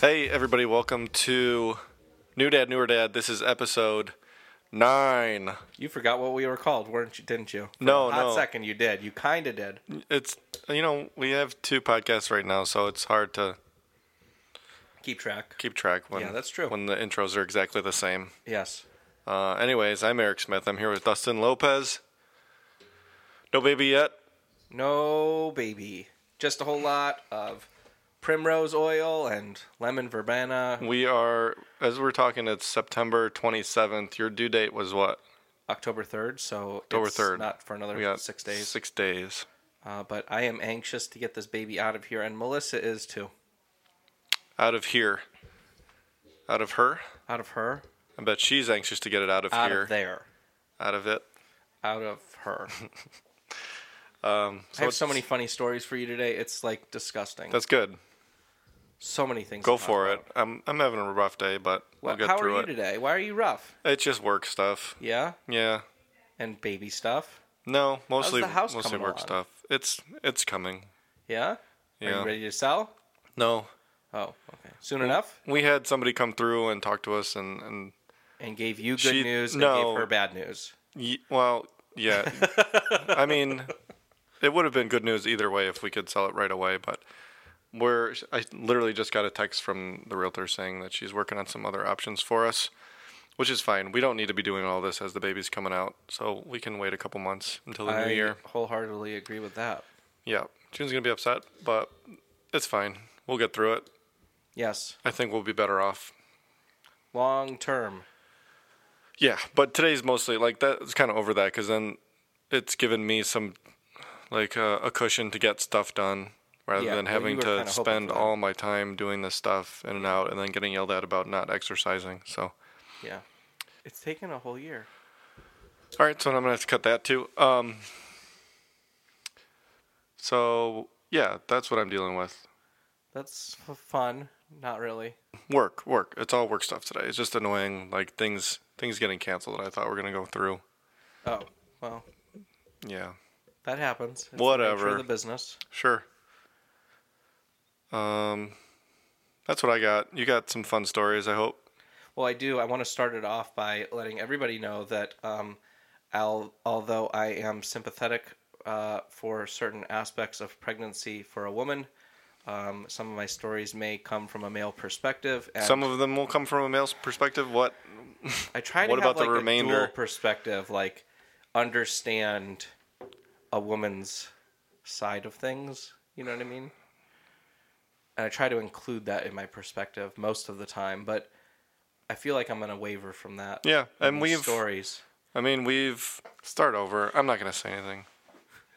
Hey, everybody, welcome to New Dad, Newer Dad. This is episode nine. You forgot what we were called, weren't you? Didn't you? For No, a hot no. second, you did. You kind of did. It's, you know, we have two podcasts right now, so it's hard to Keep track. keep track when, Yeah, that's true. when the intros are exactly the same. Yes. Uh, anyways, I'm Eric Smith. I'm here with Dustin Lopez. No baby yet. No, baby. Just a whole lot of primrose oil and lemon verbena. We are, as we're talking, it's September 27th. Your due date was what? October third, so October it's 3rd. Not for another We got six days. Six days. Uh, but I am anxious to get this baby out of here, and Melissa is too. Out of here. Out of her. Out of her, I bet she's anxious to get it out of out here. of there, Out of it. out of her. Um, I have so it's- many funny stories for you today. It's like disgusting. That's good. so many things. Go to talk for about. it. I'm I'm having a rough day, but we'll Well, get how through are it. you today? Why are you rough? It's just work stuff. Yeah, Yeah. and baby stuff. No, mostly the house mostly coming work along? stuff. It's it's coming. Yeah? Are Yeah. you ready to sell? No. Oh, okay. Soon enough? We had somebody come through and talk to us and and And gave you good She- news and no. gave her bad news. y- well, yeah. I mean, it would have been good news either way if we could sell it right away, but we're I literally just got a text from the realtor saying that she's working on some other options for us, which is fine. We don't need to be doing all this as the baby's coming out, so we can wait a couple months until the I new year. wholeheartedly agree with that. Yeah, June's gonna be upset, but it's fine. We'll get through it. Yes. I think we'll be better off. Long term. Yeah, but today's mostly like that. It's kind of over that because then it's given me some like uh, a cushion to get stuff done rather Yeah, than well, you having were to kinda hoping spend for that. all my time doing this stuff in and out and then getting yelled at about not exercising. So, Yeah. It's taken a whole year. all right, so I'm gonna have to cut that too. Um, so yeah, that's what I'm dealing with. That's f- fun. Not really. Work, work. It's all work stuff today. It's just annoying, like things things getting canceled. that I thought we're gonna go through. Oh, well, Yeah, that happens. It's the Whatever. nature of the business. sure. Um, that's what I got. You got some fun stories, I hope. Well, I do. I want to start it off by letting everybody know that um, I'll, although I am sympathetic uh, for certain aspects of pregnancy for a woman, um, some of my stories may come from a male perspective. And Some of them will come from a male's perspective. What? I try to what have about the like a remainder? dual perspective, like understand a woman's side of things. You know what I mean? And I try to include that in my perspective most of the time, but I feel like I'm gonna waver from that. Yeah, and in we've. stories. I mean, we've start over. I'm not gonna say anything.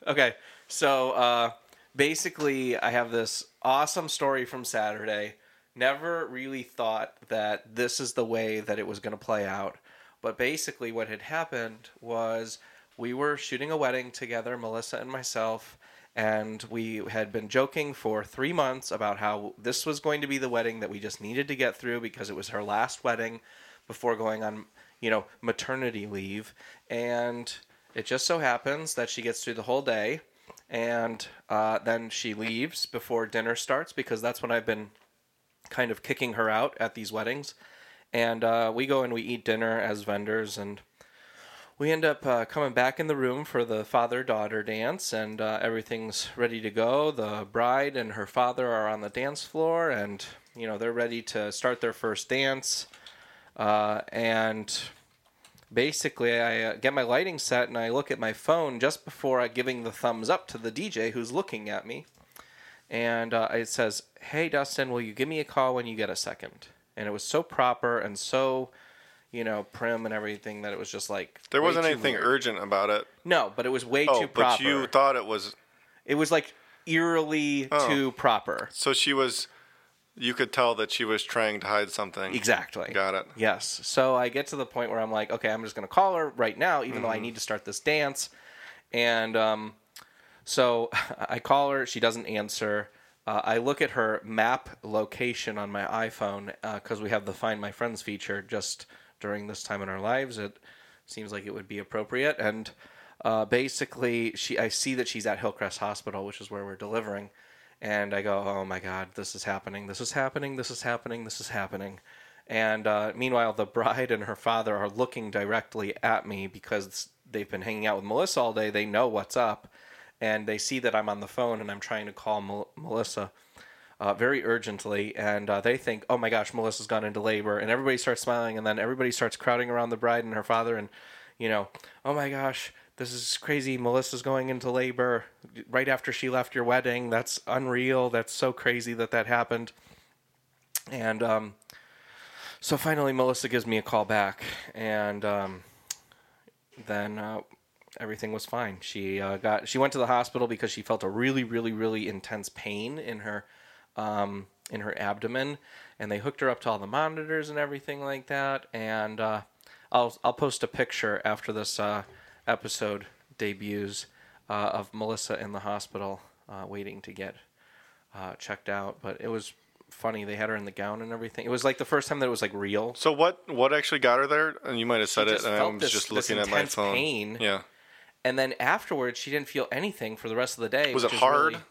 Okay, so uh, basically, I have this awesome story from Saturday. Never really thought that this is the way that it was going to play out. But basically, what had happened was we were shooting a wedding together, Melissa and myself, and we had been joking for three months about how this was going to be the wedding that we just needed to get through because it was her last wedding before going on, you know, maternity leave. And it just so happens that she gets through the whole day and uh, then she leaves before dinner starts because that's when I've been kind of kicking her out at these weddings. And uh, we go and we eat dinner as vendors and we end up uh, coming back in the room for the father daughter dance, and uh, everything's ready to go. The bride and her father are on the dance floor, and you know they're ready to start their first dance. Uh, and basically, I uh, get my lighting set, and I look at my phone just before I giving the thumbs up to the DJ who's looking at me, and uh, it says, "Hey Dustin, will you give me a call when you get a second? And it was so proper and so. You know, prim and everything that it was just like There way wasn't too anything weird. urgent about it. No, but it was way Oh, too but proper. you thought it was. it was like eerily Oh. too proper. So she was. You could tell that she was trying to hide something. Exactly. Got it. Yes. So I get to the point where I'm like, okay, I'm just going to call her right now, even though I need to start this dance. And um, so I call her. She doesn't answer. Uh, I look at her map location on my iPhone because we have the Find My Friends feature just during this time in our lives. It seems like it would be appropriate. And uh, basically, she I see that she's at Hillcrest Hospital, which is where we're delivering. and I go, oh my God, this is happening, this is happening, this is happening, this is happening. And uh, meanwhile, the bride and her father are looking directly at me because they've been hanging out with Melissa all day. They know what's up, and they see that I'm on the phone and I'm trying to call Mel- Melissa uh, very urgently. And uh, they think, oh my gosh, Melissa's gone into labor. And everybody starts smiling, and then everybody starts crowding around the bride and her father, and you know, oh my gosh, this is crazy. Melissa's going into labor right after she left your wedding. That's unreal. That's so crazy that that happened. And um, so finally, Melissa gives me a call back, and um, then uh, everything was fine. She uh, got she went to the hospital because she felt a really, really, really intense pain in her um, in her abdomen, and they hooked her up to all the monitors and everything like that. And uh, I'll I'll post a picture after this uh, episode debuts uh, of Melissa in the hospital uh, waiting to get uh, checked out. But it was funny. They had her in the gown and everything. It was like the first time that it was like real. So what what actually got her there? And you might have said She it, just and I felt was this- just this looking at my intense phone. pain. Yeah. And then afterwards, she didn't feel anything for the rest of the day. Was which it is hard? really- Did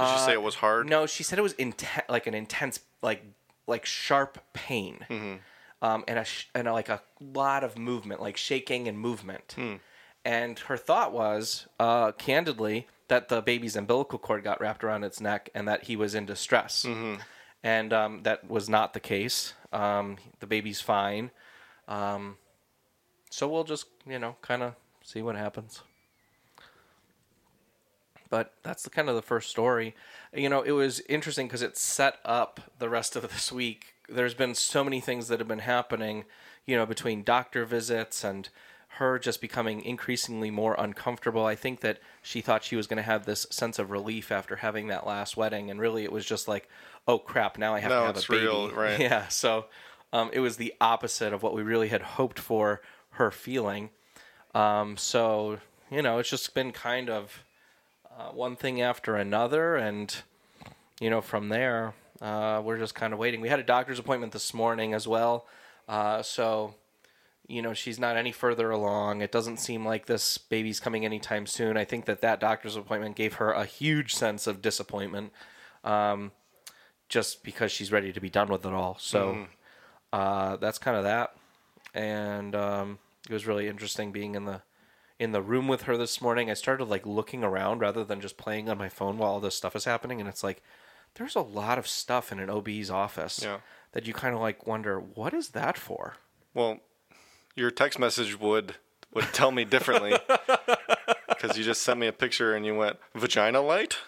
Uh, she say it was hard? No, she said it was inten- like an intense, like like sharp pain, Mm-hmm. um, and a sh- and a, like a lot of movement, like shaking and movement. Hmm. And her thought was, uh, candidly, that the baby's umbilical cord got wrapped around its neck and that he was in distress. Mm-hmm. And um, that was not the case. Um, the baby's fine. Um, so we'll just, you know, kind of see what happens but that's the kind of the first story you know it was interesting because it set up the rest of this week there's been so many things that have been happening you know between doctor visits and her just becoming increasingly more uncomfortable i think that she thought she was going to have this sense of relief after having that last wedding and really it was just like oh crap now i have Now to have it's a baby real, right. yeah so um, it was the opposite of what we really had hoped for her feeling um, so you know it's just been kind of uh, one thing after another, and you know from there uh, we're just kind of waiting. We had a doctor's appointment this morning as well, uh, so you know she's not any further along. It doesn't seem like this baby's coming anytime soon. I think that that doctor's appointment gave her a huge sense of disappointment, um, just because she's ready to be done with it all. So uh, that's kind of that, and um, it was really interesting being in the in the room with her this morning. I started like looking around rather than just playing on my phone while all this stuff is happening, and it's like there's a lot of stuff in an OB's office Yeah. that you kind of like wonder what is that for. Well, your text message would would tell me differently because you just sent me a picture and you went vagina light.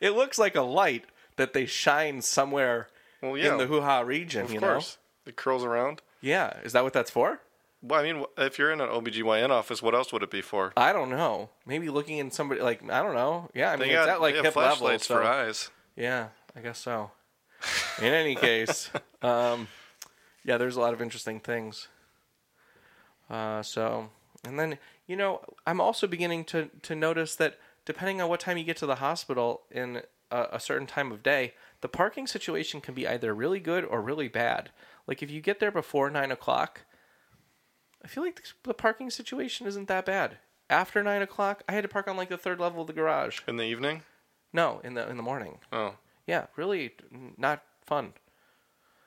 It looks like a light that they shine somewhere Well, yeah, in the hoo ha region. of you course. It curls around. know? Yeah, is that what that's for? Well, I mean, wh- if you're in an OBGYN office, what else would it be for? I don't know. Maybe looking in somebody like I don't know. Yeah, I mean it's at like they have hip level. flashlights So. for eyes. Yeah, I guess so. In any case, um, yeah, there's a lot of interesting things. Uh, so, and then you know, I'm also beginning to to notice that depending on what time you get to the hospital in a, a certain time of day, the parking situation can be either really good or really bad. Like if you get there before nine o'clock, I feel like the parking situation isn't that bad. After nine o'clock, I had to park on like the third level of the garage. In the evening? No, in the in the morning. Oh. Yeah, really n- not fun.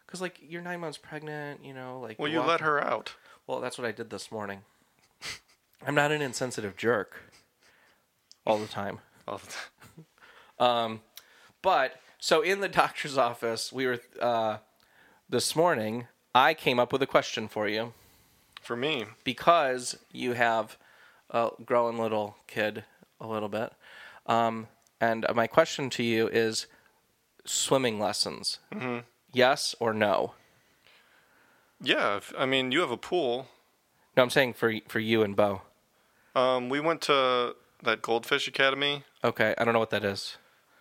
Cause like you're nine months pregnant, you know, like Well, you let walk- her out. Well, that's what I did this morning. I'm not an insensitive jerk all the time. Oh, Um, but so in the doctor's office, we were uh, this morning. I came up with a question for you For me, because you have a growing little kid a little bit. Um, and my question to you is swimming lessons. Mm-hmm. Yes or no? yeah. If, I mean, you have a pool. No, I'm saying for for you and Bo. Um, we went to that Goldfish Academy. Okay, I don't know what that is.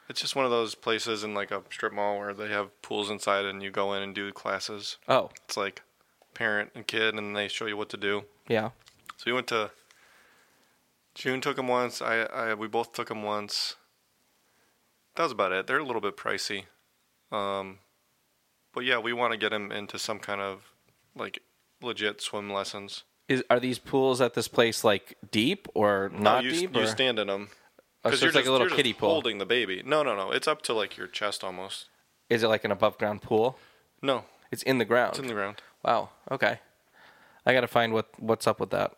It's just one of those places in like a strip mall where they have pools inside and you go in and do classes. Oh, It's like parent and kid, and they show you what to do. yeah. So we went to. June took them once. I, I we both took them once. That was about it. They're a little bit pricey, um, but yeah, we want to get him into some kind of like legit swim lessons. Is are these pools at this place like deep or No, not Oh, you, deep? You or- stand in them. Oh, so it's like just- a little you're kiddie just pool. holding the baby. No, no, no. It's up to like your chest almost. Is it like an above ground pool? No, It's in the ground. it's in the ground. wow. Okay. I gotta find what what's up with that.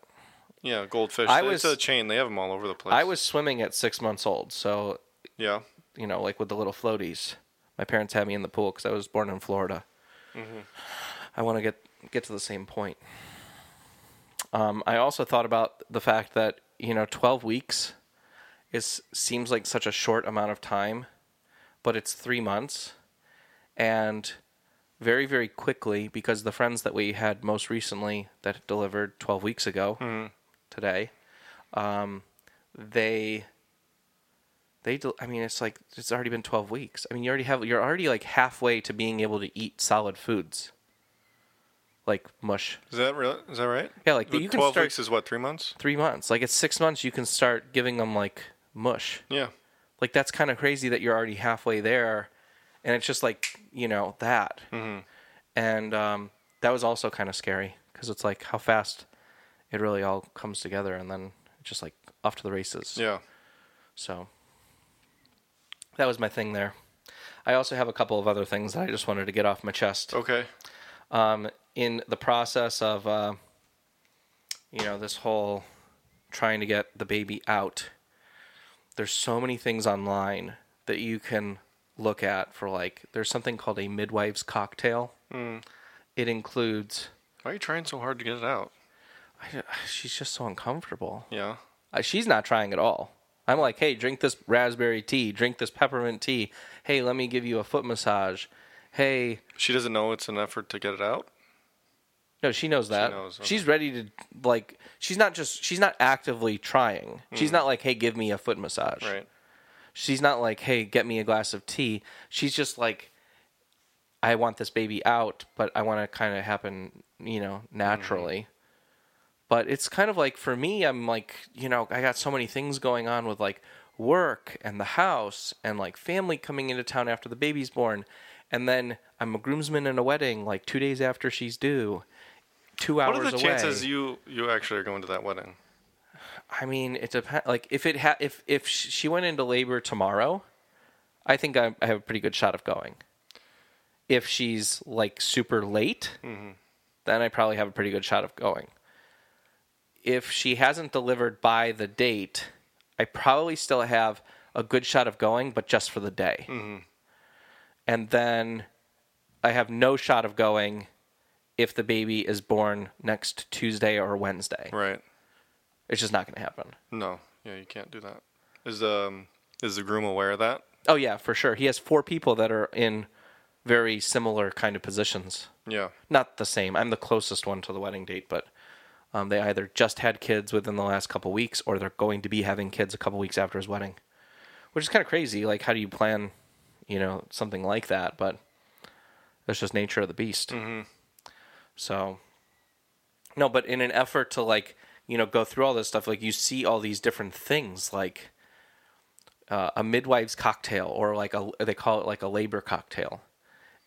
Yeah, goldfish. I it's was- a chain. They have them all over the place. I was swimming at six months old, so Yeah. you know, like with the little floaties. My parents had me in the pool because I was born in Florida. I want to get get to the same point. Um, I also thought about the fact that you know, twelve weeks is seems like such a short amount of time, but it's three months, and very very quickly because the friends that we had most recently that delivered twelve weeks ago today, um, they they del- i mean it's like it's already been 12 weeks i mean you already have you're already like halfway to being able to eat solid foods like mush Is that real? Is that right? Yeah, like, The you can twelve start- weeks is what three months. three months like it's six months you can start giving them like mush Yeah. like that's kind of crazy that you're already halfway there and it's just like you know that Mm-hmm. and um, that was also kind of scary because it's like how fast it really all comes together and then it's just like off to the races Yeah. So that was my thing there. I also have a couple of other things that I just wanted to get off my chest. Okay. Um, in the process of, uh, you know, this whole trying to get the baby out, there's so many things online that you can look at for like, there's something called a midwife's cocktail. It includes, Why are you trying so hard to get it out? I, she's just so uncomfortable. Yeah. Uh, she's not trying at all. I'm like, hey, drink this raspberry tea, drink this peppermint tea. Hey, let me give you a foot massage. Hey, She doesn't know it's an effort to get it out. no, she knows that. knows, okay. She's ready to like. She's not just. She's not actively trying. She's not like, hey, give me a foot massage. Hmm. Right. She's not like, hey, get me a glass of tea. She's just like, I want this baby out, but I want to kind of happen, you know, naturally. Mm-hmm. But it's kind of like for me, I'm like, you know, I got so many things going on with like work and the house and like family coming into town after the baby's born. And then I'm a groomsman in a wedding like two days after she's due, two hours What are the away. chances you you actually are going to that wedding? I mean, it depends. Like, if it ha- if if sh- she went into labor tomorrow, I think I, I have a pretty good shot of going. If she's like super late, then I probably have a pretty good shot of going. If she hasn't delivered by the date, I probably still have a good shot of going, but just for the day. And then I have no shot of going if the baby is born next Tuesday or Wednesday. Right. It's just not going to happen. No. Yeah, you can't do that. Is um is the groom aware of that? Oh yeah, for sure. He has four people that are in very similar kind of positions. Yeah. Not the same. I'm the closest one to the wedding date, but um, they either just had kids within the last couple weeks, or they're going to be having kids a couple weeks after his wedding, which is kind of crazy. Like, how do you plan, you know, something like that? But that's just nature of the beast. So, no, but in an effort to like, you know, go through all this stuff, like you see all these different things, like uh, a midwife's cocktail, or like a they call it like a labor cocktail,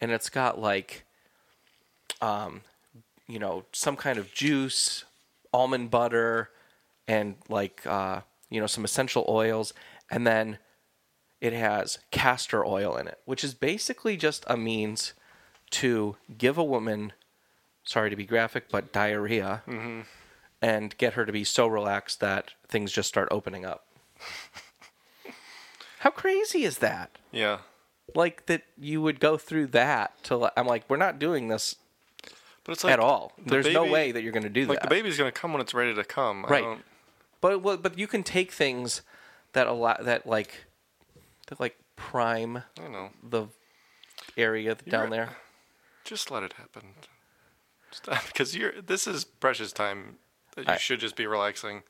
and it's got like, um, you know, some kind of juice, almond butter, and like uh, you know some essential oils, and then it has castor oil in it, which is basically just a means to give a woman, sorry to be graphic, but diarrhea, and get her to be so relaxed that things just start opening up. How crazy is that? Yeah. Like that you would go through that to li- I'm like we're not doing this But it's like at all. the There's no baby- way that you're going to do Like that. the baby's gonna come when it's ready to come. I Right. don't- But well, but you can take things that allow that like that like prime I don't know. the area down there. Just let it happen. Because you're this is precious time that you I- should just be relaxing.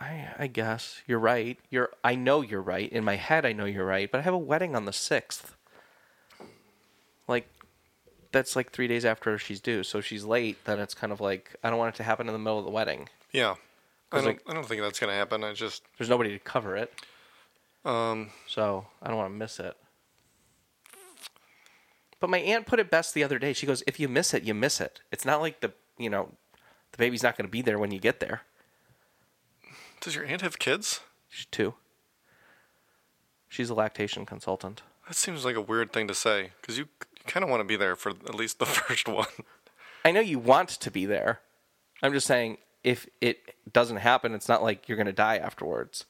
I I guess you're right. You're I know you're right. In my head I know you're right, but I have a wedding on the 6th. Like that's like 3 days after she's due. So if she's late, then it's kind of like I don't want it to happen in the middle of the wedding. Yeah. I don't, like- I don't think that's gonna happen. I just There's nobody to cover it. um So I don't want to miss it. But my aunt put it best the other day. She goes, "If you miss it, you miss it. It's not like the you know, the baby's not going to be there when you get there." does your aunt have kids? She's two. She's a lactation consultant. That seems like a weird thing to say because you, you kind of want to be there for at least the first one. I know you want to be there. I'm just saying if it doesn't happen, it's not like you're going to die afterwards.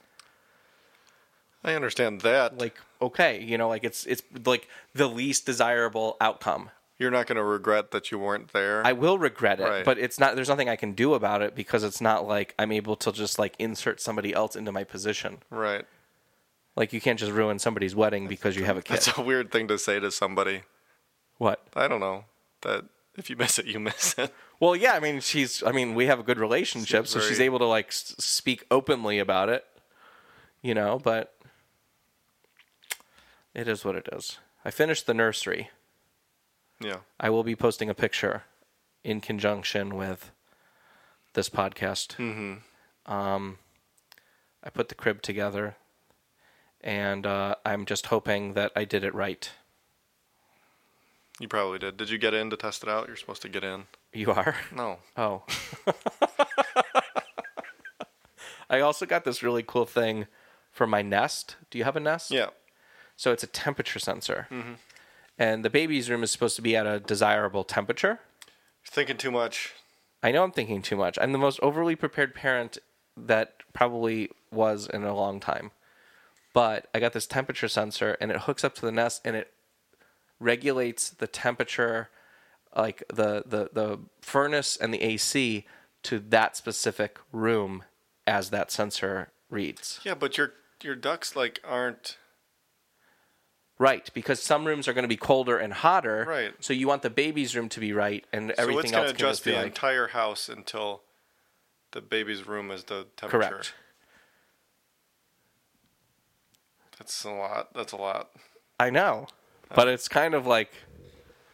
I understand that. Like okay, you know, like it's it's like the least desirable outcome. You're not going to regret that you weren't there. I will regret it, Right. but it's not there's nothing I can do about it because it's not like I'm able to just like insert somebody else into my position. right. Like you can't just ruin somebody's wedding because you have a kid. That's a weird thing to say to somebody. What? I don't know. That if you miss it, you miss it. Well, yeah, I mean, she's I mean, we have a good relationship, so she's very- able to like s- speak openly about it. You know, but it is what it is. I finished the nursery. Yeah. I will be posting a picture in conjunction with this podcast. Mm-hmm. Um, I put the crib together, and uh, I'm just hoping that I did it right. You probably did. Did you get in to test it out? You're supposed to get in. You are. No. Oh. I also got this really cool thing for my Nest. Do you have a Nest? Yeah. So it's a temperature sensor. And the baby's room is supposed to be at a desirable temperature. You're thinking too much. I know I'm thinking too much. I'm the most overly prepared parent that probably was in a long time. But I got this temperature sensor and it hooks up to the Nest and it regulates the temperature like the the the furnace and the AC to that specific room as that sensor reads. Yeah, but your your ducks like aren't Right, because some rooms are going to be colder and hotter. Right. So you want the baby's room to be right and so everything it's going else to can just adjust be the like entire house until the baby's room is the temperature. correct. That's a lot. That's a lot. I know, but it's kind of like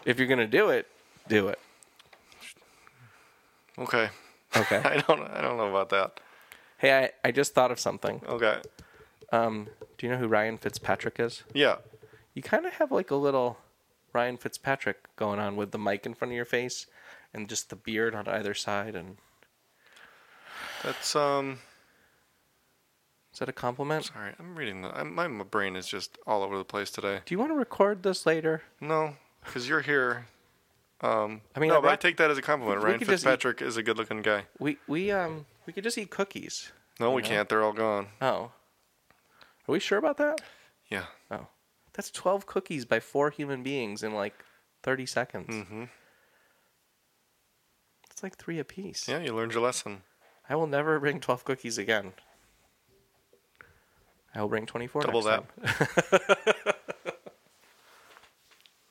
if you're gonna do it, do it. Okay. Okay. I don't I don't know about that. hey, I, I just thought of something. Okay. Um, do you know who Ryan Fitzpatrick is? Yeah. You kind of have like a little Ryan Fitzpatrick going on with the mic in front of your face and just the beard on either side. And That's um is that a compliment? sorry. I'm reading the I'm, my brain is just all over the place today. Do you want to record this later? No, cuz you're here. Um I mean, no, I but I brought- take that as a compliment. we Ryan could just eat- Fitzpatrick is a good-looking guy. We we um we could just eat cookies. No, we know? can't. They're all gone. Oh, are we sure about that? Yeah. Oh, that's twelve cookies by four human beings in like thirty seconds. Mhm. It's like three apiece. Yeah, you learned your lesson. I will never bring 12 cookies again. I will bring 24. Double next that. time.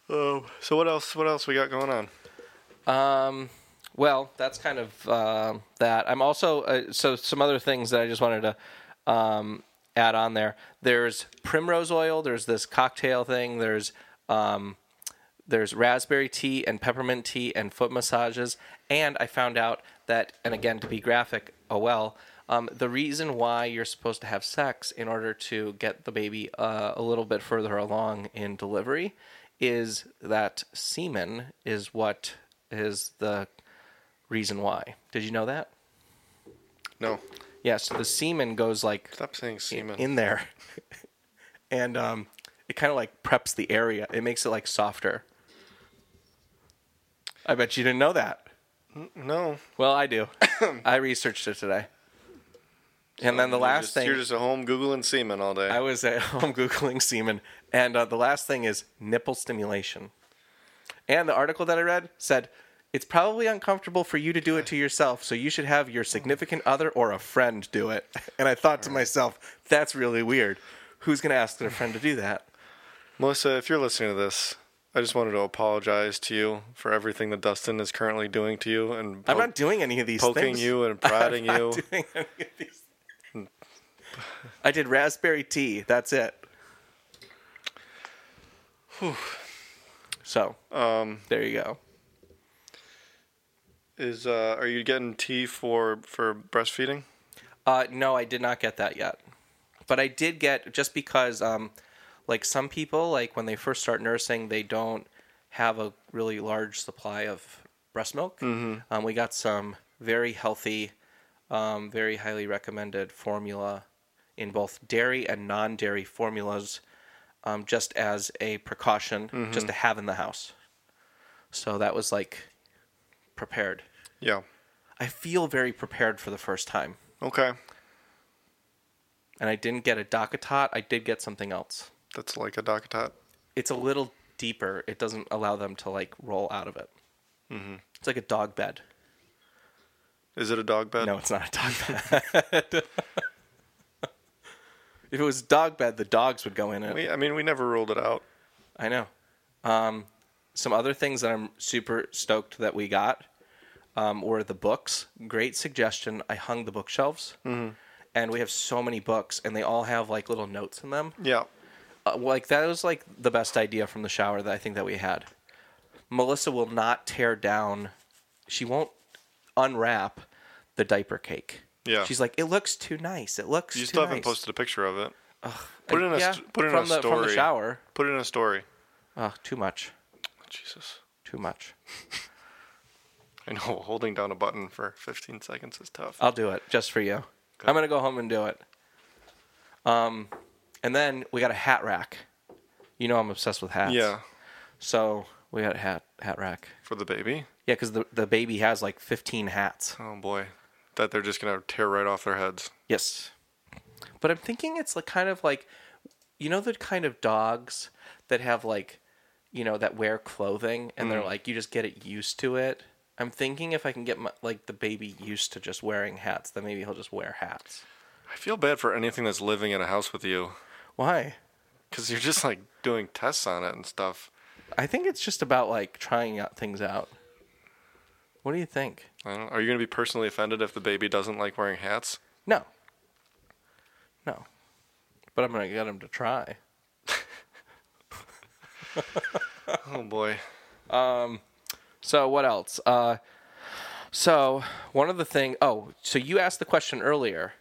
Oh, so what else? What else we got going on? Um, well, that's kind of uh, that. I'm also uh, so some other things that I just wanted to um, add on there. There's primrose oil. There's this cocktail thing. There's um, there's raspberry tea and peppermint tea and foot massages. And I found out that, and again to be graphic, oh well. Um, the reason why you're supposed to have sex in order to get the baby uh, a little bit further along in delivery is that semen is what is the reason why. Did you know that? No, Yes, the semen goes like stop saying semen. in there, and um, it kind of like preps the area. It makes it like softer. I bet you didn't know that. no, Well, I do. I researched it today. And then the You're last just- thing you're just at home googling semen all day. I was at home googling semen, and uh, the last thing is nipple stimulation. And the article that I read said it's probably uncomfortable for you to do it to yourself, so you should have your significant other or a friend do it. And I thought to myself, that's really weird. Who's going to ask their friend to do that? Melissa, if you're listening to this, I just wanted to apologize to you for everything that Dustin is currently doing to you and I'm po- not doing any of these poking things. you and I'm prodding not you. doing any of these. I did raspberry tea. That's it. So, Um, there you go. is uh, are you getting tea for for breastfeeding? Uh, no, I did not get that yet, but I did get just because, um, like some people, like when they first start nursing, they don't have a really large supply of breast milk. Um, we got some very healthy, um, very highly recommended formula in both dairy and non dairy formulas um, just as a precaution, just to have in the house. So that was like prepared. Yeah. I feel very prepared for the first time. Okay. And I didn't get a Docketot, I did get something else. That's like a Docketot. It's a little deeper, it doesn't allow them to like roll out of it. It's like a dog bed. Is it a dog bed? No, it's not a dog bed. if it was a dog bed, the dogs would go in it. We, I mean, we never ruled it out. I know. Um, some other things that I'm super stoked that we got um, were the books. Great suggestion. I hung the bookshelves, and we have so many books, and they all have like little notes in them. Yeah. Uh, like that was like the best idea from the shower that I think that we had. Melissa will not tear down. She won't unwrap the diaper cake. Yeah. She's like, it looks too nice. It looks. You too still haven't nice." posted a picture of it. put it in a yeah, st- put it in from a the, story. From the shower. Put it in a story. Oh, too much. Jesus. Too much. I know holding down a button for 15 seconds is tough. I'll do it just for you. I'm gonna go home and do it. Um, and then we got a hat rack. You know I'm obsessed with hats. yeah. So we got a hat hat rack. For the baby. Yeah, because the the baby has like 15 hats. Oh boy. That they're just gonna tear right off their heads. Yes. But I'm thinking it's like kind of like, you know, the kind of dogs that have like, you know, that wear clothing and they're like, you just get it used to it. I'm thinking if I can get my, like the baby used to just wearing hats, then maybe he'll just wear hats. I feel bad for anything that's living in a house with you, Why? because you're just like doing tests on it and stuff. I think it's just about like trying out things out. What do you think? I don't, are you gonna be personally offended if the baby doesn't like wearing hats? No. No. But I'm going to get him to try. Oh boy. So what else? Uh, so one of the thing. Oh, so you asked the question earlier.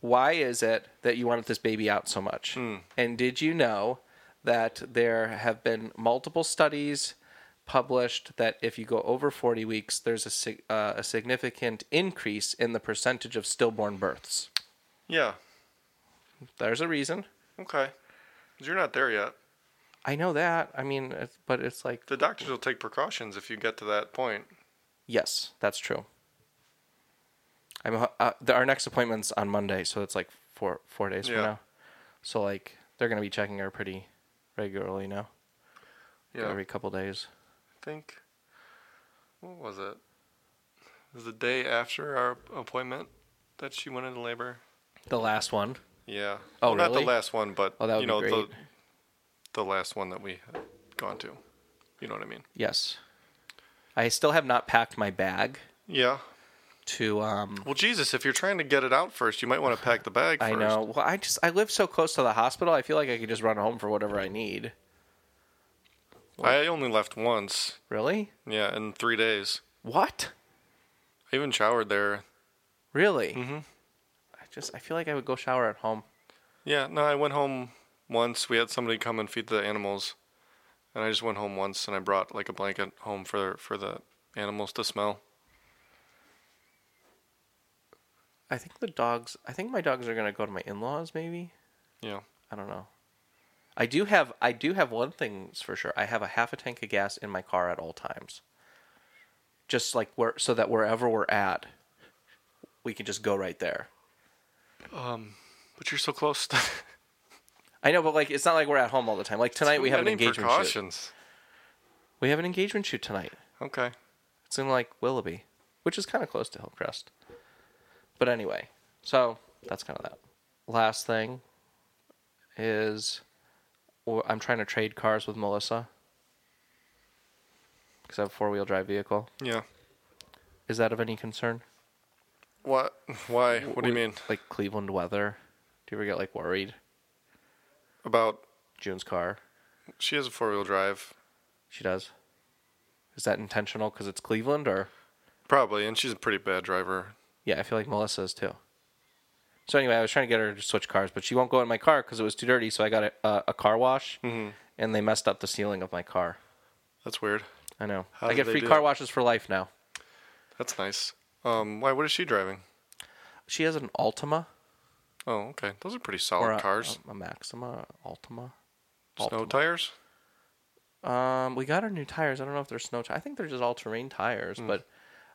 Why is it that you wanted this baby out so much? And did you know that there have been multiple studies published that if you go over 40 weeks, there's a, sig- uh, a significant increase in the percentage of stillborn births? Yeah. There's a reason. Okay. 'Cause You're not there yet. I know that. I mean, it's, but it's like, The doctors will take precautions if you get to that point. yes, that's true. I'm uh, the, our next appointment's on Monday, so it's like four four days Yeah. from now. So like they're gonna be checking her pretty regularly now, Yeah. every couple days. think what was it? It was the day after our appointment that she went into labor. The last one. Yeah. Oh, well, not the really? last one, but Oh, that would you be know the great. the last one that we had gone to. You know what I mean? Yes, I still have not packed my bag Yeah. to. Um, Well, Jesus, if you're trying to get it out first, you might want to pack the bag I first. know. Well, I just I live so close to the hospital. I feel like I could just run home for whatever I need. I only left once. Really? Yeah, in 3 days. What? I even showered there. Really? Mm-hmm. I just I feel like I would go shower at home. Yeah, no, I went home once. We had somebody come and feed the animals. And I just went home once and I brought like a blanket home for for the animals to smell. I think the dogs. I think my dogs are gonna go to my in-laws. Maybe Yeah. I don't know. I do have. I do have one thing for sure. I have a half a tank of gas in my car at all times. Just like where, so that wherever we're at, we can just go right there. But you're so close. I know, but like it's not like we're at home all the time. Like tonight we have an Any engagement shoot. precautions. We have an engagement shoot tonight. Okay. It's in like Willoughby, which is kind of close to Hillcrest. But anyway, so that's kind of that. Last thing is or I'm trying to trade cars with Melissa because I have a four wheel drive vehicle. Yeah. Is that of any concern? What? Why? What do you mean Like Cleveland weather? Do you ever get like worried? about? June's car, She has a four wheel drive, she does. Is that intentional because it's Cleveland or? probably, and she's a pretty bad driver. Yeah, I feel like Melissa is too. So anyway, I was trying to get her to switch cars, but she won't go in my car because it was too dirty. So I got a, uh, a, a car wash, Mm-hmm. and they messed up the ceiling of my car. That's weird. I know. How I did get they free do car it? washes for life now. That's nice. Um, why? What is she driving? She has an Altima. Oh, okay. Those are pretty or solid uh, a, cars. A, a Maxima, Altima. Snow Altima. tires. Um, we got her new tires. I don't know if they're snow. T- I think they're just all-terrain tires, Mm. but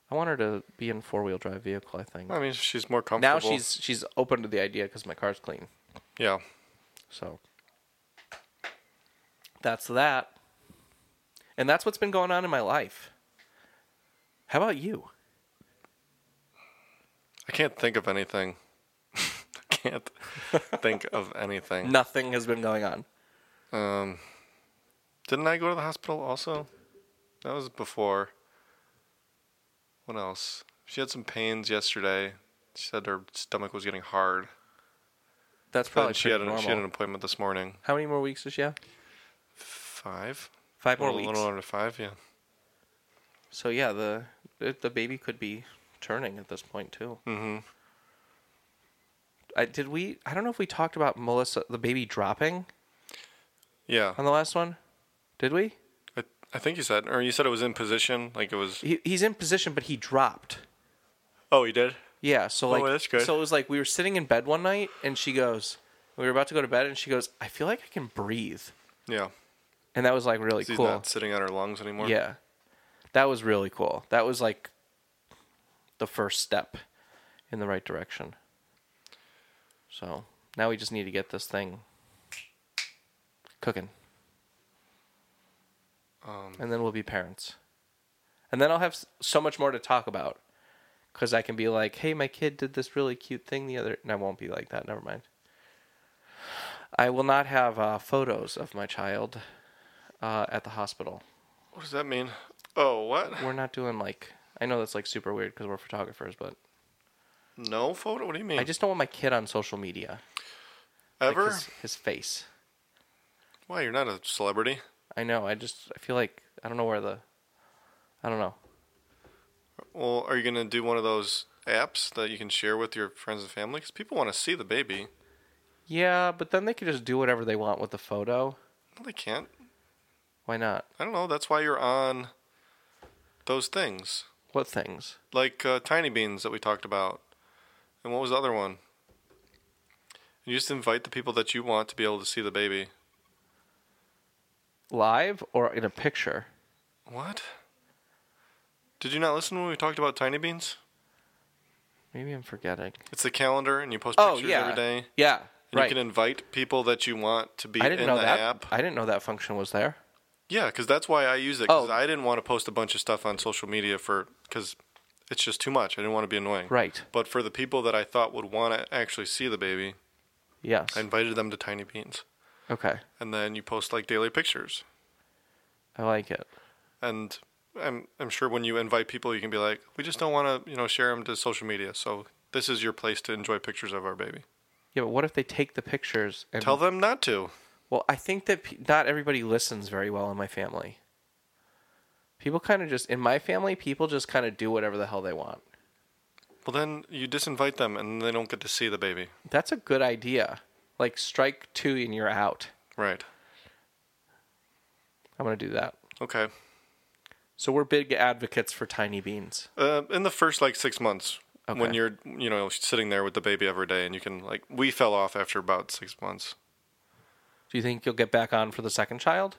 I want her to be in a four-wheel drive vehicle. I think I mean, she's more comfortable. now she's she's open to the idea because my car's clean. yeah. So that's that, and that's what's been going on in my life. How about you? I can't think of anything. I can't think of anything. Nothing has been going on. Um, didn't I go to the hospital also? That was before. What else? She had some pains yesterday. She said her stomach was getting hard. That's probably But she had, pretty an, she had normal. an appointment this morning. How many more weeks does she have? Five? Five more a little, weeks. little under five, yeah. So yeah, the it- the baby could be turning at this point too. Mm-hmm. I, did we? I don't know if we talked about Melissa, the baby dropping Yeah. on the last one. Did we? I, I think you said, or you said it was in position, like it was. He, he's in position, but he dropped. Oh, you did. Yeah. So Oh, like, that's good. so it was like we were sitting in bed one night, and she goes, we were about to go to bed, and she goes, I feel like I can breathe, Yeah. and that was like really She's cool. not sitting on her lungs anymore. Yeah. That was really cool. That was like the first step in the right direction. So now we just need to get this thing cooking. Um, and then we'll be parents. And then I'll have s- so much more to talk about because I can be like, hey, my kid did this really cute thing the other. And I won't be like that. Never mind. I will not have uh, photos of my child uh, at the hospital. What does that mean? Oh, what? we're not doing like I know that's like super weird because we're photographers, but No photo? What do you mean? I just don't want my kid on social media. Like, Ever? his, his face. Why? You're not a celebrity. I know. I just I feel like I don't know where the I don't know. Well, are you gonna do one of those apps that you can share with your friends and family? Because people want to see the baby. Yeah, but then they could just do whatever they want with the photo. No, they can't. Why not? I don't know. That's why you're on those things, What things? like uh, Tiny Beans that we talked about, and what was the other one? You just invite the people that you want to be able to see the baby. Live or in a picture? What? Did you not listen when we talked about Tiny Beans? Maybe I'm forgetting. It's the calendar, and you post Oh, pictures yeah. every day. And Yeah, You right. can invite people that you want to be I didn't in know the that. app. I didn't know that function was there. Yeah, because that's why I use it. Because Oh. I didn't want to post a bunch of stuff on social media for because it's just too much. I didn't want to be annoying. Right. But for the people that I thought would want to actually see the baby, Yes. I invited them to Tiny Beans, okay. and then you post like daily pictures. I like it. And I'm I'm sure when you invite people, you can be like, we just don't want to you know share them to social media. So this is your place to enjoy pictures of our baby. Yeah, but what if they take the pictures and Tell them not to. Well, I think that pe- not everybody listens very well in my family. People kind of just in my family, people just kind of do whatever the hell they want. Well, then you disinvite them, and they don't get to see the baby. That's a good idea. Like strike two and you're out. Right. I'm gonna do that. Okay. So we're big advocates for tiny beans. Uh, in the first like six months, when Okay. you're you know sitting there with the baby every day, and you can like we fell off after about six months. Do you think you'll get back on for the second child?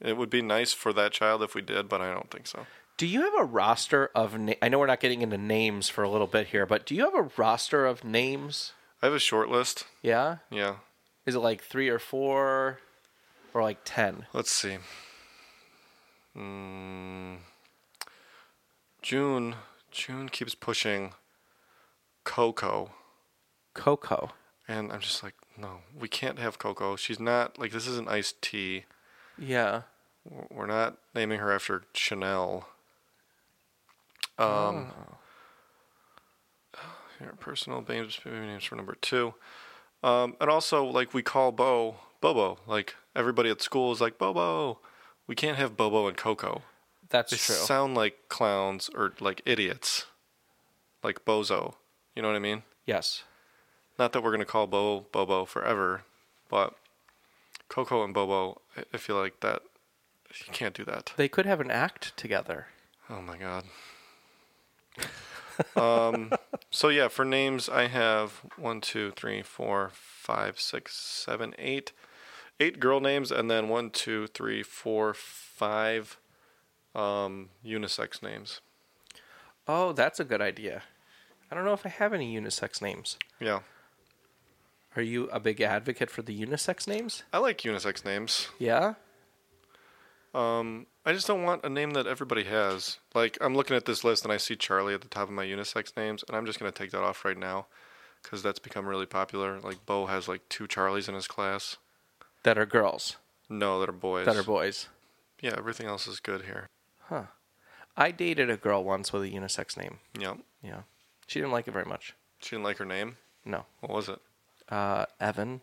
It would be nice for that child if we did, but I don't think so. Do you have a roster of? Na- I know we're not getting into names for a little bit here, but do you have a roster of names? I have a short list. Yeah, Yeah, is it like three or four, or like ten? let's see. Mm, June June keeps pushing Coco, Coco. and I'm just like, no, we can't have Coco. She's not like this isn't iced tea. Yeah. We're not naming her after Chanel. Um, Here, personal names, baby names for number two. Um, and also, like, we call Bo Bobo. Like, everybody at school is like, Bobo. We can't have Bobo and Coco. That's They true. sound like clowns or like idiots. Like Bozo. You know what I mean? yes. Not that we're going to call Bo Bobo forever, but Coco and Bobo, I- I feel like that. You can't do that. They could have an act together. Oh my god. So yeah, for names I have one, two, three, four, five, six, seven, eight, eight girl names, and then one, two, three, four, five, um, unisex names. Oh, that's a good idea. I don't know if I have any unisex names. Yeah, Are you a big advocate for the unisex names? I like unisex names. Um, Yeah. I just don't want a name that everybody has. Like I'm looking at this list and I see Charlie at the top of my unisex names, and I'm just gonna take that off right now, because that's become really popular. Like Bo has like two Charlies in his class. That are girls, No, that are boys. that are boys. Yeah, everything else is good here. I dated a girl once with a unisex name. Yeah, Yeah. She didn't like it very much. she didn't like her name. No. What was it? Uh, Evan.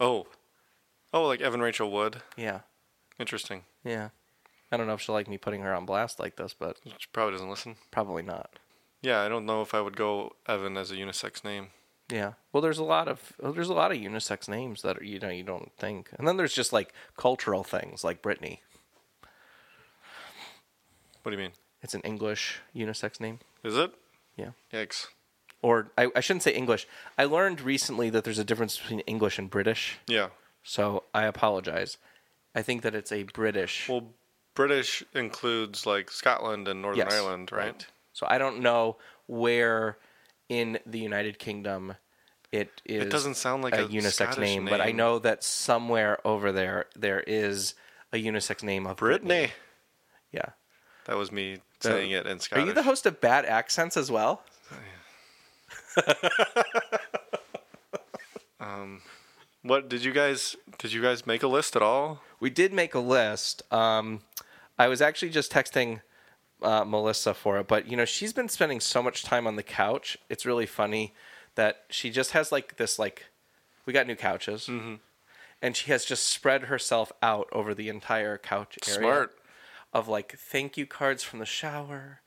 Oh. Oh, like Evan Rachel Wood. Yeah. Interesting. Yeah. I don't know if she'll like me putting her on blast like this, but She probably doesn't listen. probably not. Yeah, I don't know if I would go Evan as a unisex name. Yeah. Well, there's a lot of well, there's a lot of unisex names that are, you know you don't think, and then there's just like cultural things like Brittany. What do you mean? It's an English unisex name. Is it? Yeah. Yikes. Or I, I shouldn't say English. I learned recently that there's a difference between English and British, Yeah. so I apologize. I think that it's a British. Well, British includes like Scotland and Northern Yes, Ireland, right? So I don't know where in the United Kingdom it is. It doesn't sound like a, a, unisex Scottish name, but I know that somewhere over there there is a unisex name of Brittany. Brittany. Yeah. That was me saying it in Scottish. Are you the host of Bad Accents as well? what did you guys did you guys make a list at all? We did make a list. Um, I was actually just texting uh, Melissa for it, but you know she's been spending so much time on the couch. It's really funny that she just has like this like we got new couches, and she has just spread herself out over the entire couch area. Smart. of like thank you cards from the shower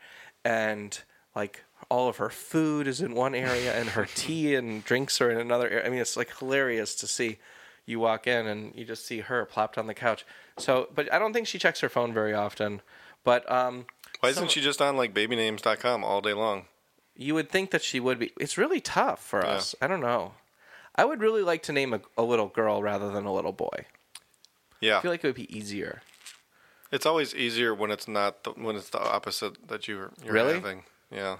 and like all of her food is in one area and her tea and drinks are in another area. I mean, it's like hilarious to see you walk in and you just see her plopped on the couch. So, but I don't think she checks her phone very often. But um, Why isn't she just on like babynames.com all day long? you would think that she would be. It's really tough for us. I don't know. I would really like to name a, a little girl rather than a little boy. I Yeah. feel like it would be easier. It's always easier when it's not the, when it's the opposite that you're, you're Really? having. Yeah,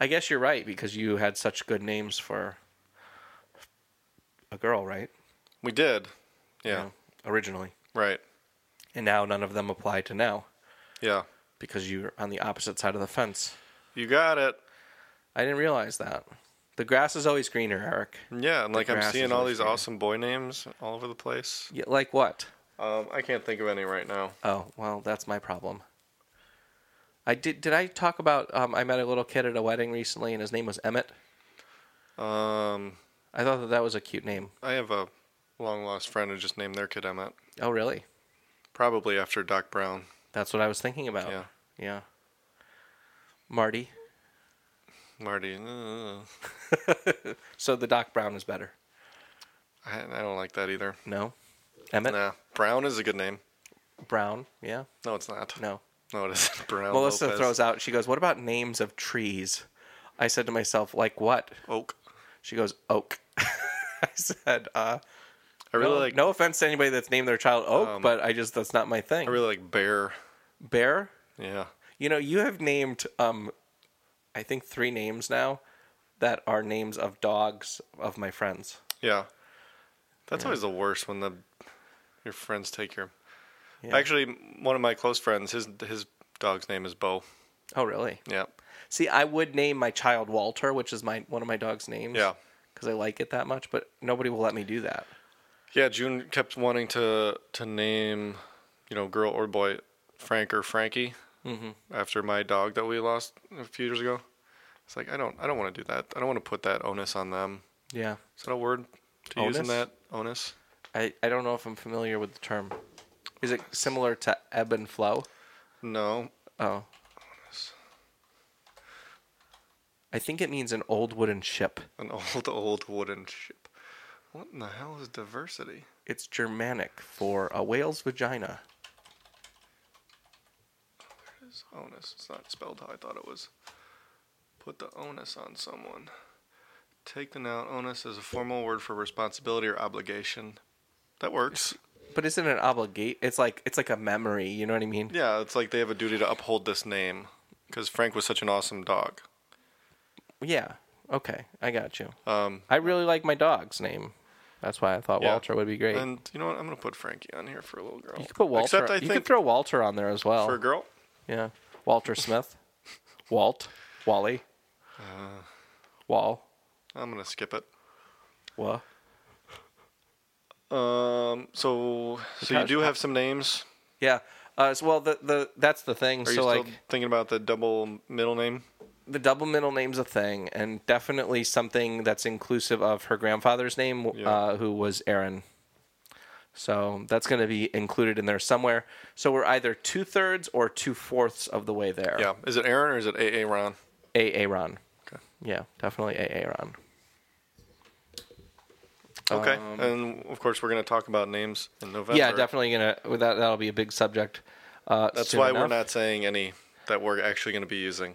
I guess you're right because you had such good names for a girl, right? we did. you Yeah, know, originally. right. And now none of them apply to now Yeah, because you're on the opposite side of the fence. you got it. I didn't realize that. The grass is always greener, Eric. Yeah, and like I'm grass is seeing all always these greener. awesome boy names all over the place. Yeah, like what? Um, I can't think of any right now. Oh, well, that's my problem. I did did I talk about um, I met a little kid at a wedding recently and his name was Emmett? Um, I thought that that was a cute name. I have a long lost friend who just named their kid Emmett, Oh, really? probably after Doc Brown. That's what I was thinking about. Yeah. Yeah. Marty. Marty, uh, So the Doc Brown is better. I, I don't like that either. No. Emmett Nah, Brown is a good name. Brown. Yeah. No, it's not. No. no, it isn't. Brown. Melissa Lopez, throws out, she goes, What about names of trees? I said to myself, Like what? Oak. She goes, Oak. I said, uh, I really no, like. Um, no offense to anybody that's named their child Oak, but I just, that's not my thing. I really like Bear. Bear, Yeah. you know, you have named, um, I think, three names now that are names of dogs of my friends. Yeah. That's always the worst when the your friends take your. Actually, one of my close friends, his his dog's name is Bo. Oh, really? Yeah. See, I would name my child Walter, which is my one of my dog's names. Yeah. Because I like it that much, but nobody will let me do that. Yeah, June kept wanting to to name, you know, girl or boy, Frank or Frankie, after my dog that we lost a few years ago. It's like I don't I don't want to do that. I don't want to put that onus on them. Yeah. Is that a word to use in Onus? that onus? I, I don't know if I'm familiar with the term. Is it similar to ebb and flow? No. Oh. I think it means an old wooden ship. An old old wooden ship. What in the hell is diversity? It's Germanic for a whale's vagina. It's onus. It's not spelled how I thought it was. Put the onus on someone. Take the noun onus as a formal word for responsibility or obligation. That works. But isn't it obligate? It's like it's like a memory. You know what I mean? Yeah, it's like they have a duty to uphold this name because Frank was such an awesome dog. Yeah. Okay, I got you. Um, I really like my dog's name. That's why I thought Yeah. Walter would be great. and you know what? I'm gonna put Frankie on here for a little girl. you could put Walter. Except I you could think throw Walter on there as well. for a girl, yeah, Walter Smith, Walt, Wally, Uh. Wall, I'm gonna skip it. Wah. Um, so so you Because- do have some names. Yeah. Uh, so, well, the the that's the Are thing. you so still like thinking about the double middle name? the double middle name's a thing, and definitely something that's inclusive of her grandfather's name, Yeah. uh, who was Aaron. So that's going to be included in there somewhere. So we're either two thirds or two fourths of the way there. Yeah. Is it Aaron or is it A.A. Ron? Aaron. Okay. Yeah, definitely Aaron. Okay. and of course, we're going to talk about names in November. Um, Yeah, definitely gonna. With that, that'll be a big subject. Uh, That's soon why we're enough. not saying any that we're actually going to be using.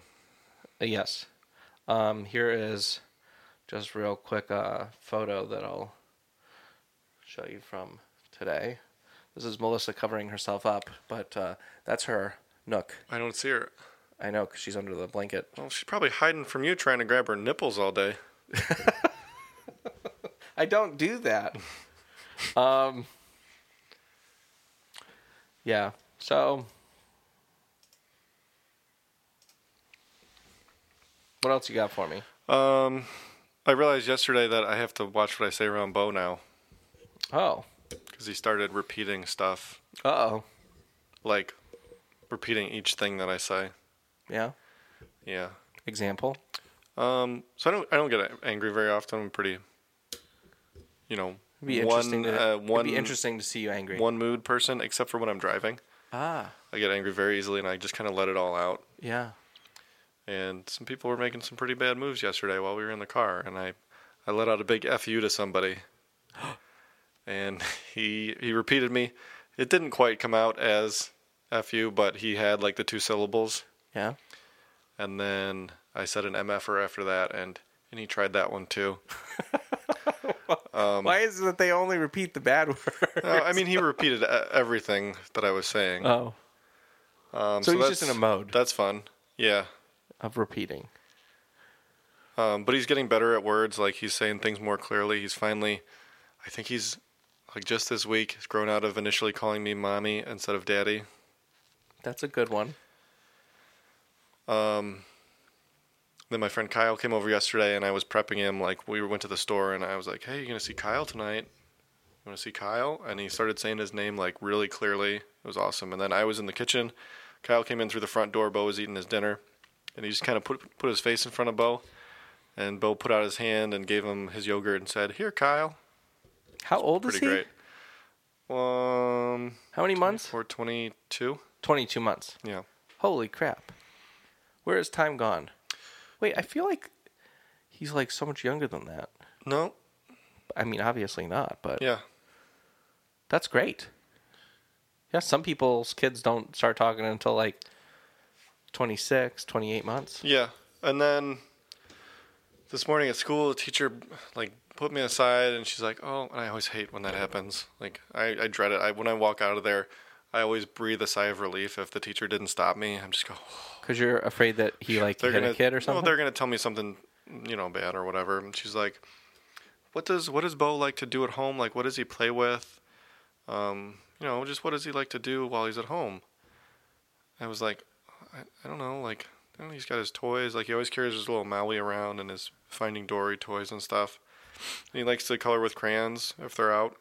Uh, Yes. Um, here is just real quick a photo that I'll show you from today. This is Melissa covering herself up, but uh, that's her nook. I don't see her. I know because she's under the blanket. Well, she's probably hiding from you, trying to grab her nipples all day. I don't do that. um, yeah. So, what else you got for me? Um, I realized yesterday that I have to watch what I say around Bo now Oh, because he started repeating stuff, uh oh. like repeating each thing that I say. Yeah. Yeah. Example. Um, so I don't I don't get angry very often. I'm pretty, you know, It'd be one interesting. to, uh, it'd one be interesting to see you angry. one mood person, except for when I'm driving. ah, I get angry very easily, and I just kind of let it all out. yeah. And some people were making some pretty bad moves yesterday while we were in the car, and I, I let out a big "f you" to somebody, and he he repeated me. It didn't quite come out as "f you," but he had like the two syllables, Yeah. and then I said an "mf'er" after that, and and he tried that one too. Um, Why is it that they only repeat the bad word? No, I mean, he repeated uh, everything that I was saying. oh, Um, so he's that's- just in a mode. That's fun. Yeah. of repeating. Um, but he's getting better at words. Like, he's saying things more clearly. He's finally, I think he's, like, just this week, has grown out of initially calling me mommy instead of daddy. That's a good one. Then my friend Kyle came over yesterday, and I was prepping him. Like, we went to the store, and I was like, hey, you going to see Kyle tonight? You want to see Kyle? And he started saying his name, like, really clearly. It was awesome. And then I was in the kitchen. Kyle came in through the front door. Bo was eating his dinner. And he just kind of put, put his face in front of Bo. And Bo put out his hand and gave him his yogurt and said, here, Kyle. How old is Pretty he? great. Um, How many months? for 22? Twenty-two months. Yeah. Holy crap! Where has time gone? Wait, I feel like he's like so much younger than that. No? I mean, obviously not, but Yeah. that's great. Yeah, some people's kids don't start talking until like 26, 28 months. Yeah. And then this morning at school, the teacher like put me aside and she's like, "Oh," and I always hate when that happens. Like I, I dread it. I when I walk out of there, I always breathe a sigh of relief if the teacher didn't stop me. I'm just go, Because you're afraid that he like they're hit gonna a kid or No, something. they're gonna tell me something, you know, bad or whatever. And she's like, "What does what does Bo like to do at home? Like, what does he play with? Um, you know, just what does he like to do while he's at home?" I was like, I, "I don't know. Like, I don't know. He's got his toys. Like, he always carries his little Maui around and his Finding Dory toys and stuff. And he likes to color with crayons if they're out."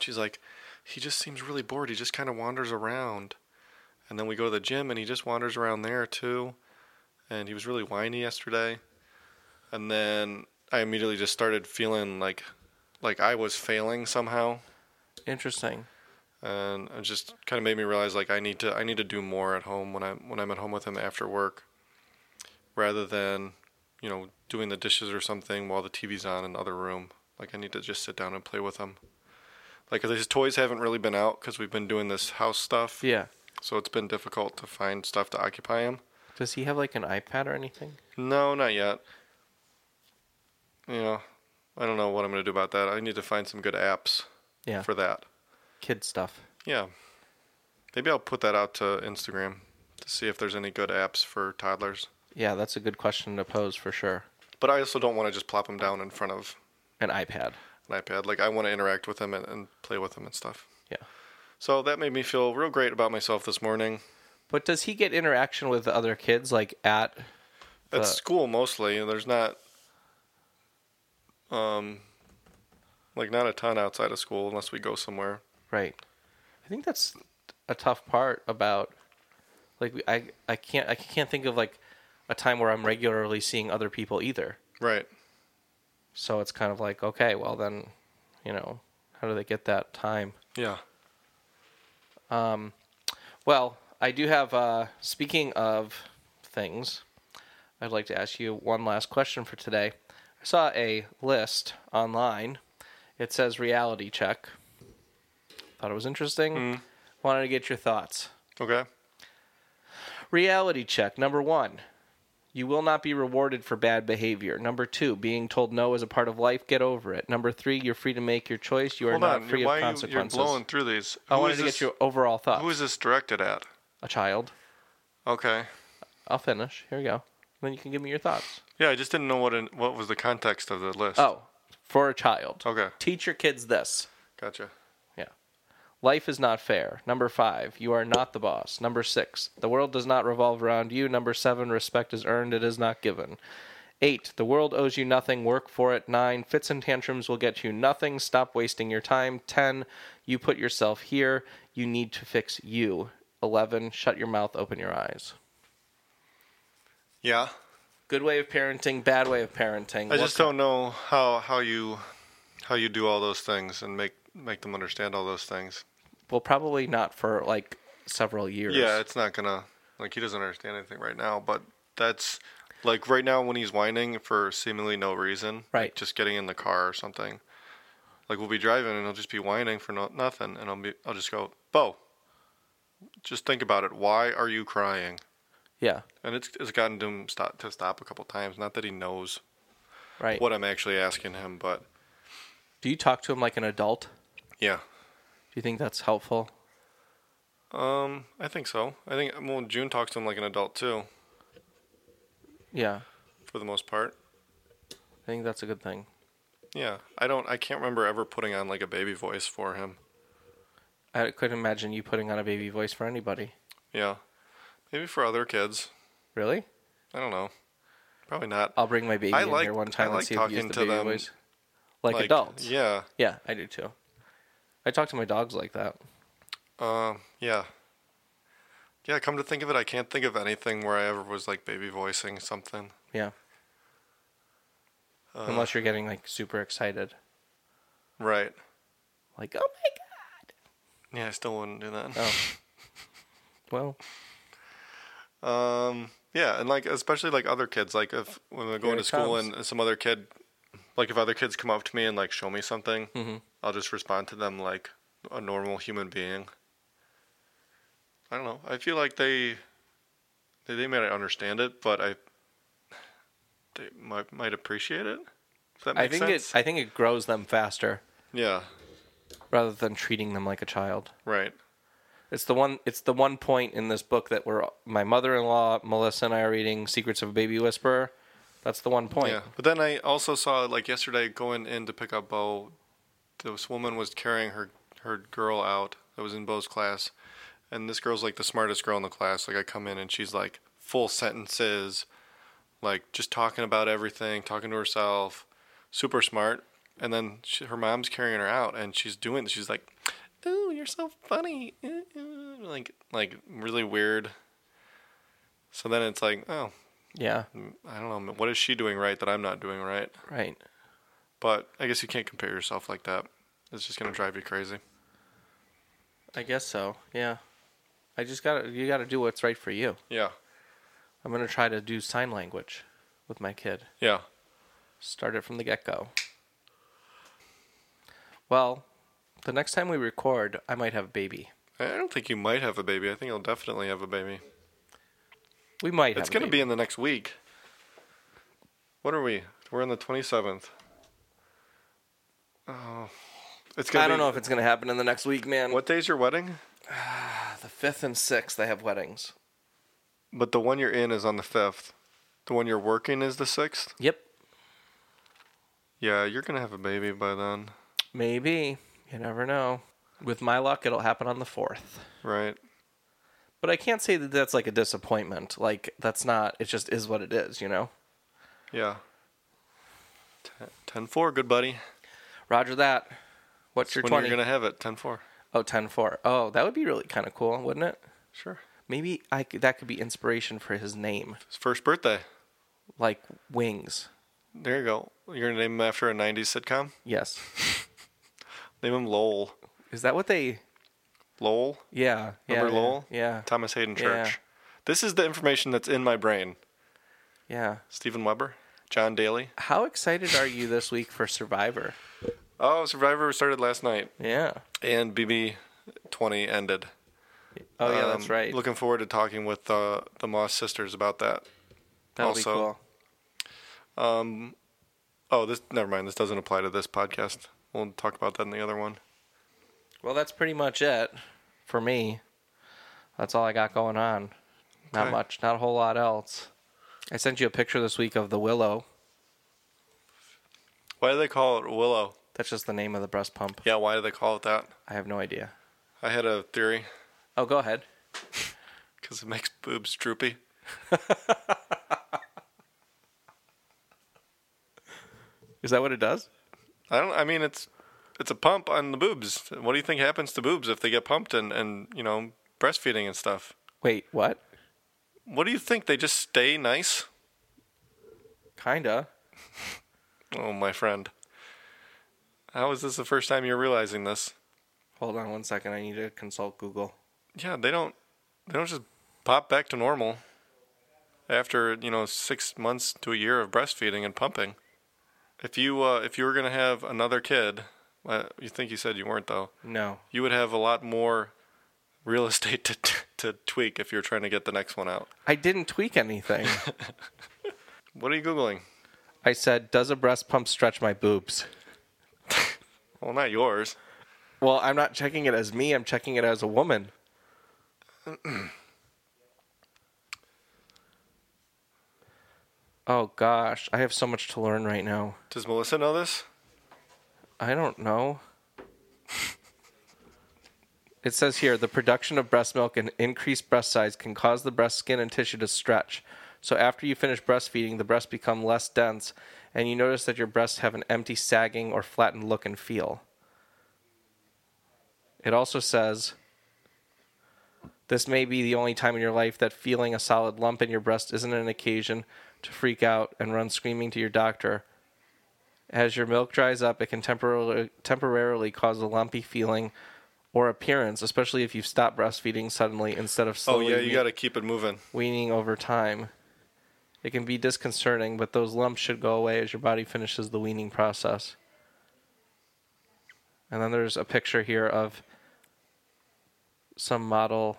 She's like, "He just seems really bored. He just kind of wanders around." And then we go to the gym and he just wanders around there too and he was really whiny yesterday. And then I immediately just started feeling like like I was failing somehow, Interesting. and it just kind of made me realize like I need to I need to do more at home when I am when I'm at home with him after work, rather than you know doing the dishes or something while the TV's on in the other room. Like I need to just sit down and play with him. Like 'cause his toys haven't really been out because we've been doing this house stuff, Yeah. so it's been difficult to find stuff to occupy him. Does he have like an iPad or anything? No, not yet. You know, I don't know what I'm going to do about that. I need to find some good apps Yeah. for that. Kid stuff. Yeah. Maybe I'll put that out to Instagram to see if there's any good apps for toddlers. Yeah, that's a good question to pose for sure. But I also don't want to just plop them down in front of An iPad. an iPad. Like, I want to interact with them and, and play with them and stuff. Yeah. So that made me feel real great about myself this morning. But does he get interaction with the other kids like at At Uh, school, mostly, there's not, um, like not a ton outside of school unless we go somewhere. right? I think that's a tough part about like we- I I can't I can't think of like a time where I'm regularly seeing other people either. Right. So it's kind of like okay, well then, you know, how do they get that time? Yeah. Well, I do have. Uh, speaking of things, I'd like to ask you one last question for today. I saw a list online. It says reality check. Thought it was interesting. Mm-hmm. Wanted to get your thoughts. Okay. Reality check number one. You will not be rewarded for bad behavior. Number two, being told no is a part of life. Get over it. Number three, you're free to make your choice. You are Hold not on. free Why of are you, you're consequences. blowing through these? I Who wanted is to this, get your overall Who thoughts. is this directed at? A child. Okay. I'll finish. Here we go. Then you can give me your thoughts. Yeah, I just didn't know what in, what was the context of the list. Oh, for a child. Okay. Teach your kids this. Gotcha. Yeah. Life is not fair. Number five, you are not the boss. Number six, the world does not revolve around you. Number seven, respect is earned, it is not given. Eight, the world owes you nothing, work for it. Nine, fits and tantrums will get you nothing, stop wasting your time. Ten, you put yourself here, you need to fix you. Eleven, shut your mouth, open your eyes. Yeah. Good way of parenting, bad way of parenting. I What just don't know how how you how you do all those things and make make them understand all those things. Well, probably not for like several years. Yeah, it's not gonna like he doesn't understand anything right now, but that's like right now when he's whining for seemingly no reason, like, Right. just getting in the car or something. Like we'll be driving and he'll just be whining for no, nothing, and I'll be I'll just go, Bo, just think about it. Why are you crying? Yeah. And it's it's gotten to him stop to stop a couple times. Not that he knows Right. what I'm actually asking him, but Do you talk to him like an adult? Do yeah. you think that's helpful? Um, I think so. I think well, June talks to him like an adult too, Yeah. for the most part. I think that's a good thing. Yeah, I don't. I can't remember ever putting on like a baby voice for him. I couldn't imagine you putting on a baby voice for anybody. Yeah, maybe for other kids. Really? I don't know. Probably not. I'll bring my baby I in like- here one I time like and see if you use talking the to baby them voice. Like, adults. Yeah. Yeah, I do too. I talk to my dogs like that. Um. yeah. Yeah. Come to think of it, I can't think of anything where I ever was like baby voicing something. Yeah. Uh. Unless you're getting like super excited. Right. Like, oh my Yeah, I still wouldn't do that. god. Oh. well, Um, yeah, and like especially like other kids, like if when we're going Here to it school comes. and some other kid, like if other kids come up to me and like show me something, Mm-hmm. I'll just respond to them like a normal human being. I don't know. I feel like they they, they may not understand it, but I they might might appreciate it. Does that make I think sense? it I think it grows them faster yeah, rather than treating them like a child. right. It's the one. It's the one point in this book that we're my mother-in-law Melissa and I are reading Secrets of a Baby Whisperer. That's the one point. Yeah, but then I also saw like yesterday going in to pick up Bo, this woman was carrying her her girl out that was in Bo's class, and this girl's like the smartest girl in the class. Like I come in and she's like full sentences, like just talking about everything, talking to herself, super smart. And then she, her mom's carrying her out, and she's doing. She's like, "Ooh, you're so funny," Ooh, ooh," like like really weird. So then it's like, oh, Yeah, I don't know. What is she doing right that I'm not doing right? Right. But I guess you can't compare yourself like that. It's just gonna drive you crazy. I guess so. Yeah. I just gotta. You gotta do what's right for you. Yeah. I'm gonna try to do sign language with my kid. Yeah. Start it from the get-go. Well, the next time we record, I might have a baby. I I don't think you might have a baby. I think you'll definitely have a baby. We might. It's have a going to baby. be in the next week. What are we? We're on the 27th. Oh. It's gonna I don't be- know if it's going to happen in the next week, man. What day's your wedding? The fifth and sixth, they have weddings. But the one you're in is on the 5th. The one you're working is the 6th. Yep. Yeah, you're going to have a baby by then, Maybe. You never know. With my luck, it'll happen on the fourth. right? But I can't say that that's like a disappointment. Like that's not. It just is what it is. You know. Yeah. 10 4, good buddy. Roger that. What's your When twenty? you're going to have it, 10 4. Oh, 10-4. Oh, that would be really kind of cool, wouldn't it? Sure. Maybe I could, that could be inspiration for his name, His first birthday. like Wings. There you go. You're going to name him after a 90s sitcom? Yes. Name him Lowell. Is that what they? Lowell? Yeah. yeah Remember yeah, Lowell? Yeah. Thomas Hayden Yeah. Church. This is the information that's in my brain. Yeah. Stephen Weber, John Daly. How excited are you this week for Survivor? Oh, Survivor started last night, Yeah. and BB twenty ended. Oh yeah, that's Um, right. Looking forward to talking with uh, the Moss sisters about that. That'll also- be cool. Oh, this never mind. This doesn't apply to this podcast. We'll talk about that in the other one. Well, that's pretty much it for me. That's all I got going on. Not Okay. much. Not a whole lot else. I sent you a picture this week of the willow. Why do they call it Willow? That's just the name of the breast pump. Yeah, why do they call it that? I have no idea. I had a theory Oh, go ahead. because it makes boobs droopy. Is that what it does? I don't. I mean, it's it's a pump on the boobs. What do you think happens to boobs if they get pumped and and you know breastfeeding and stuff? Wait, what? What do you think? They just stay nice? Kinda. Oh, my friend. How is this the first time you're realizing this? Hold on one second. I need to consult Google. Yeah, they don't they don't just pop back to normal after, you know, 6 months to a year of breastfeeding and pumping. If you uh, if you were going to have another kid, uh, you think you said you weren't though. No. You would have a lot more real estate to to tweak if you're trying to get the next one out. I didn't tweak anything. What are you googling? I said, does a breast pump stretch my boobs? Well, not yours. Well, I'm not checking it as me. I'm checking it as a woman. oh gosh, I have so much to learn right now. Does Melissa know this? I don't know. It says here the production of breast milk and increased breast size can cause the breast skin and tissue to stretch. So after you finish breastfeeding, the breasts become less dense, and you notice that your breasts have an empty, sagging, or flattened look and feel. It also says this may be the only time in your life that feeling a solid lump in your breast isn't an occasion to freak out and run screaming to your doctor. As your milk dries up, it can temporarily, temporarily cause a lumpy feeling or appearance, especially if you've stopped breastfeeding suddenly instead of Oh, slowly yeah, you wean- got to keep it moving. weaning over time. It can be disconcerting, but those lumps should go away as your body finishes the weaning process. And then there's a picture here of some model.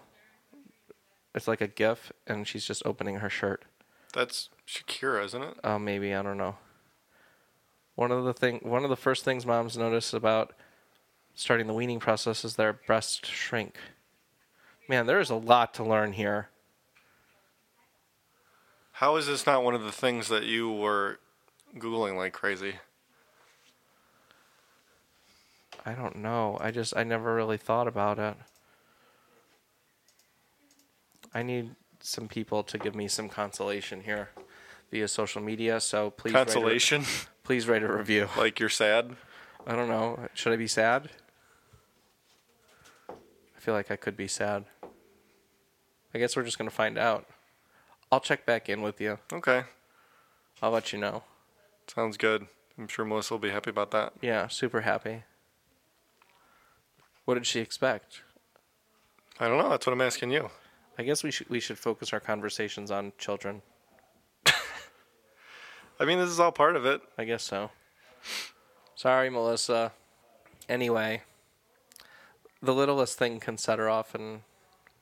It's like a GIF, and she's just opening her shirt. That's Shakira, isn't it? Oh, maybe I don't know. One of the thing, one of the first things moms notice about starting the weaning process is their breasts shrink. Man, there is a lot to learn here. How is this not one of the things that you were googling like crazy? I don't know. I just I never really thought about it. I need some people to give me some consolation here via social media. So please Consolation, Write a, please write a review. like you're sad. I don't know. Should I be sad? I feel like I could be sad. I guess we're just gonna find out. I'll check back in with you. Okay, I'll let you know. sounds good. I'm sure Melissa will be happy about that. Yeah, super happy. What did she expect? I don't know. That's what I'm asking you. I guess we should we should focus our conversations on children. I mean, this is all part of it. I guess so. Sorry, Melissa. Anyway, the littlest thing can set her off, and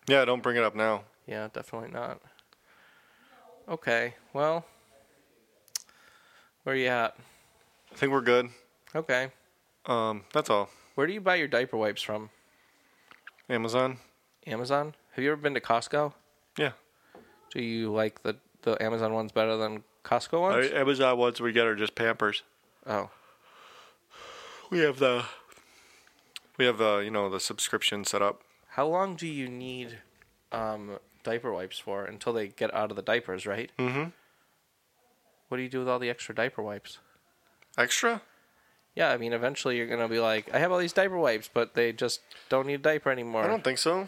Yeah, don't bring it up now. yeah, definitely not. Okay. Well, where you at? I think we're good. Okay. Um, that's all. Where do you buy your diaper wipes from? Amazon. Amazon? Have you ever been to Costco? Yeah. Do you like the the Amazon ones better than Costco Uh, ones? Amazon ones we get are just Pampers. oh. We have the we have the you know the subscription set up. How long do you need um, diaper wipes for until they get out of the diapers, right? Mm-hmm. What do you do with all the extra diaper wipes? Extra? Yeah, I mean, eventually you're gonna be like, I have all these diaper wipes, but they just don't need a diaper anymore. I don't think so.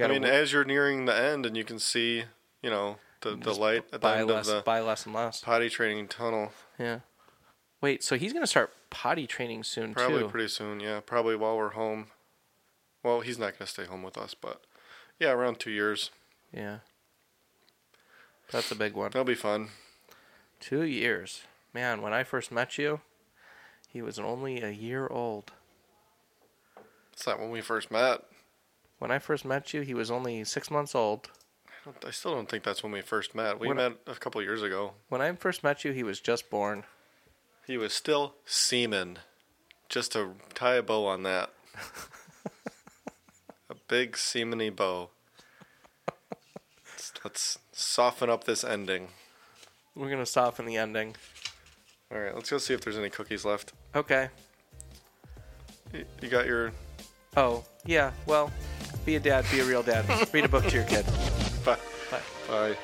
I gotta mean, w- as you're nearing the end and you can see, you know, the, the light at the buy end less, of the buy less and less. potty training tunnel, Yeah. Wait, so he's gonna start potty training soon probably too. pretty soon. Yeah, probably while we're home. Well, he's not going to stay home with us, but yeah, around two years. yeah. That's a big one. That'll be fun. Two years. Man, when I first met you, he was only a year old. It's not when we first met. When I first met you, he was only six months old. I, don't, I still don't think that's when we first met. We When I- met a couple years ago. When I first met you, he was just born. He was still semen. Just to tie a bow on that. a big semeny bow. Let's, let's soften up this ending. We're gonna soften the ending. All right, let's go see if there's any cookies left. Okay. You, you got your. Oh, yeah, well, be a dad, be a real dad. Read a book to your kid. Bye. Bye. Bye.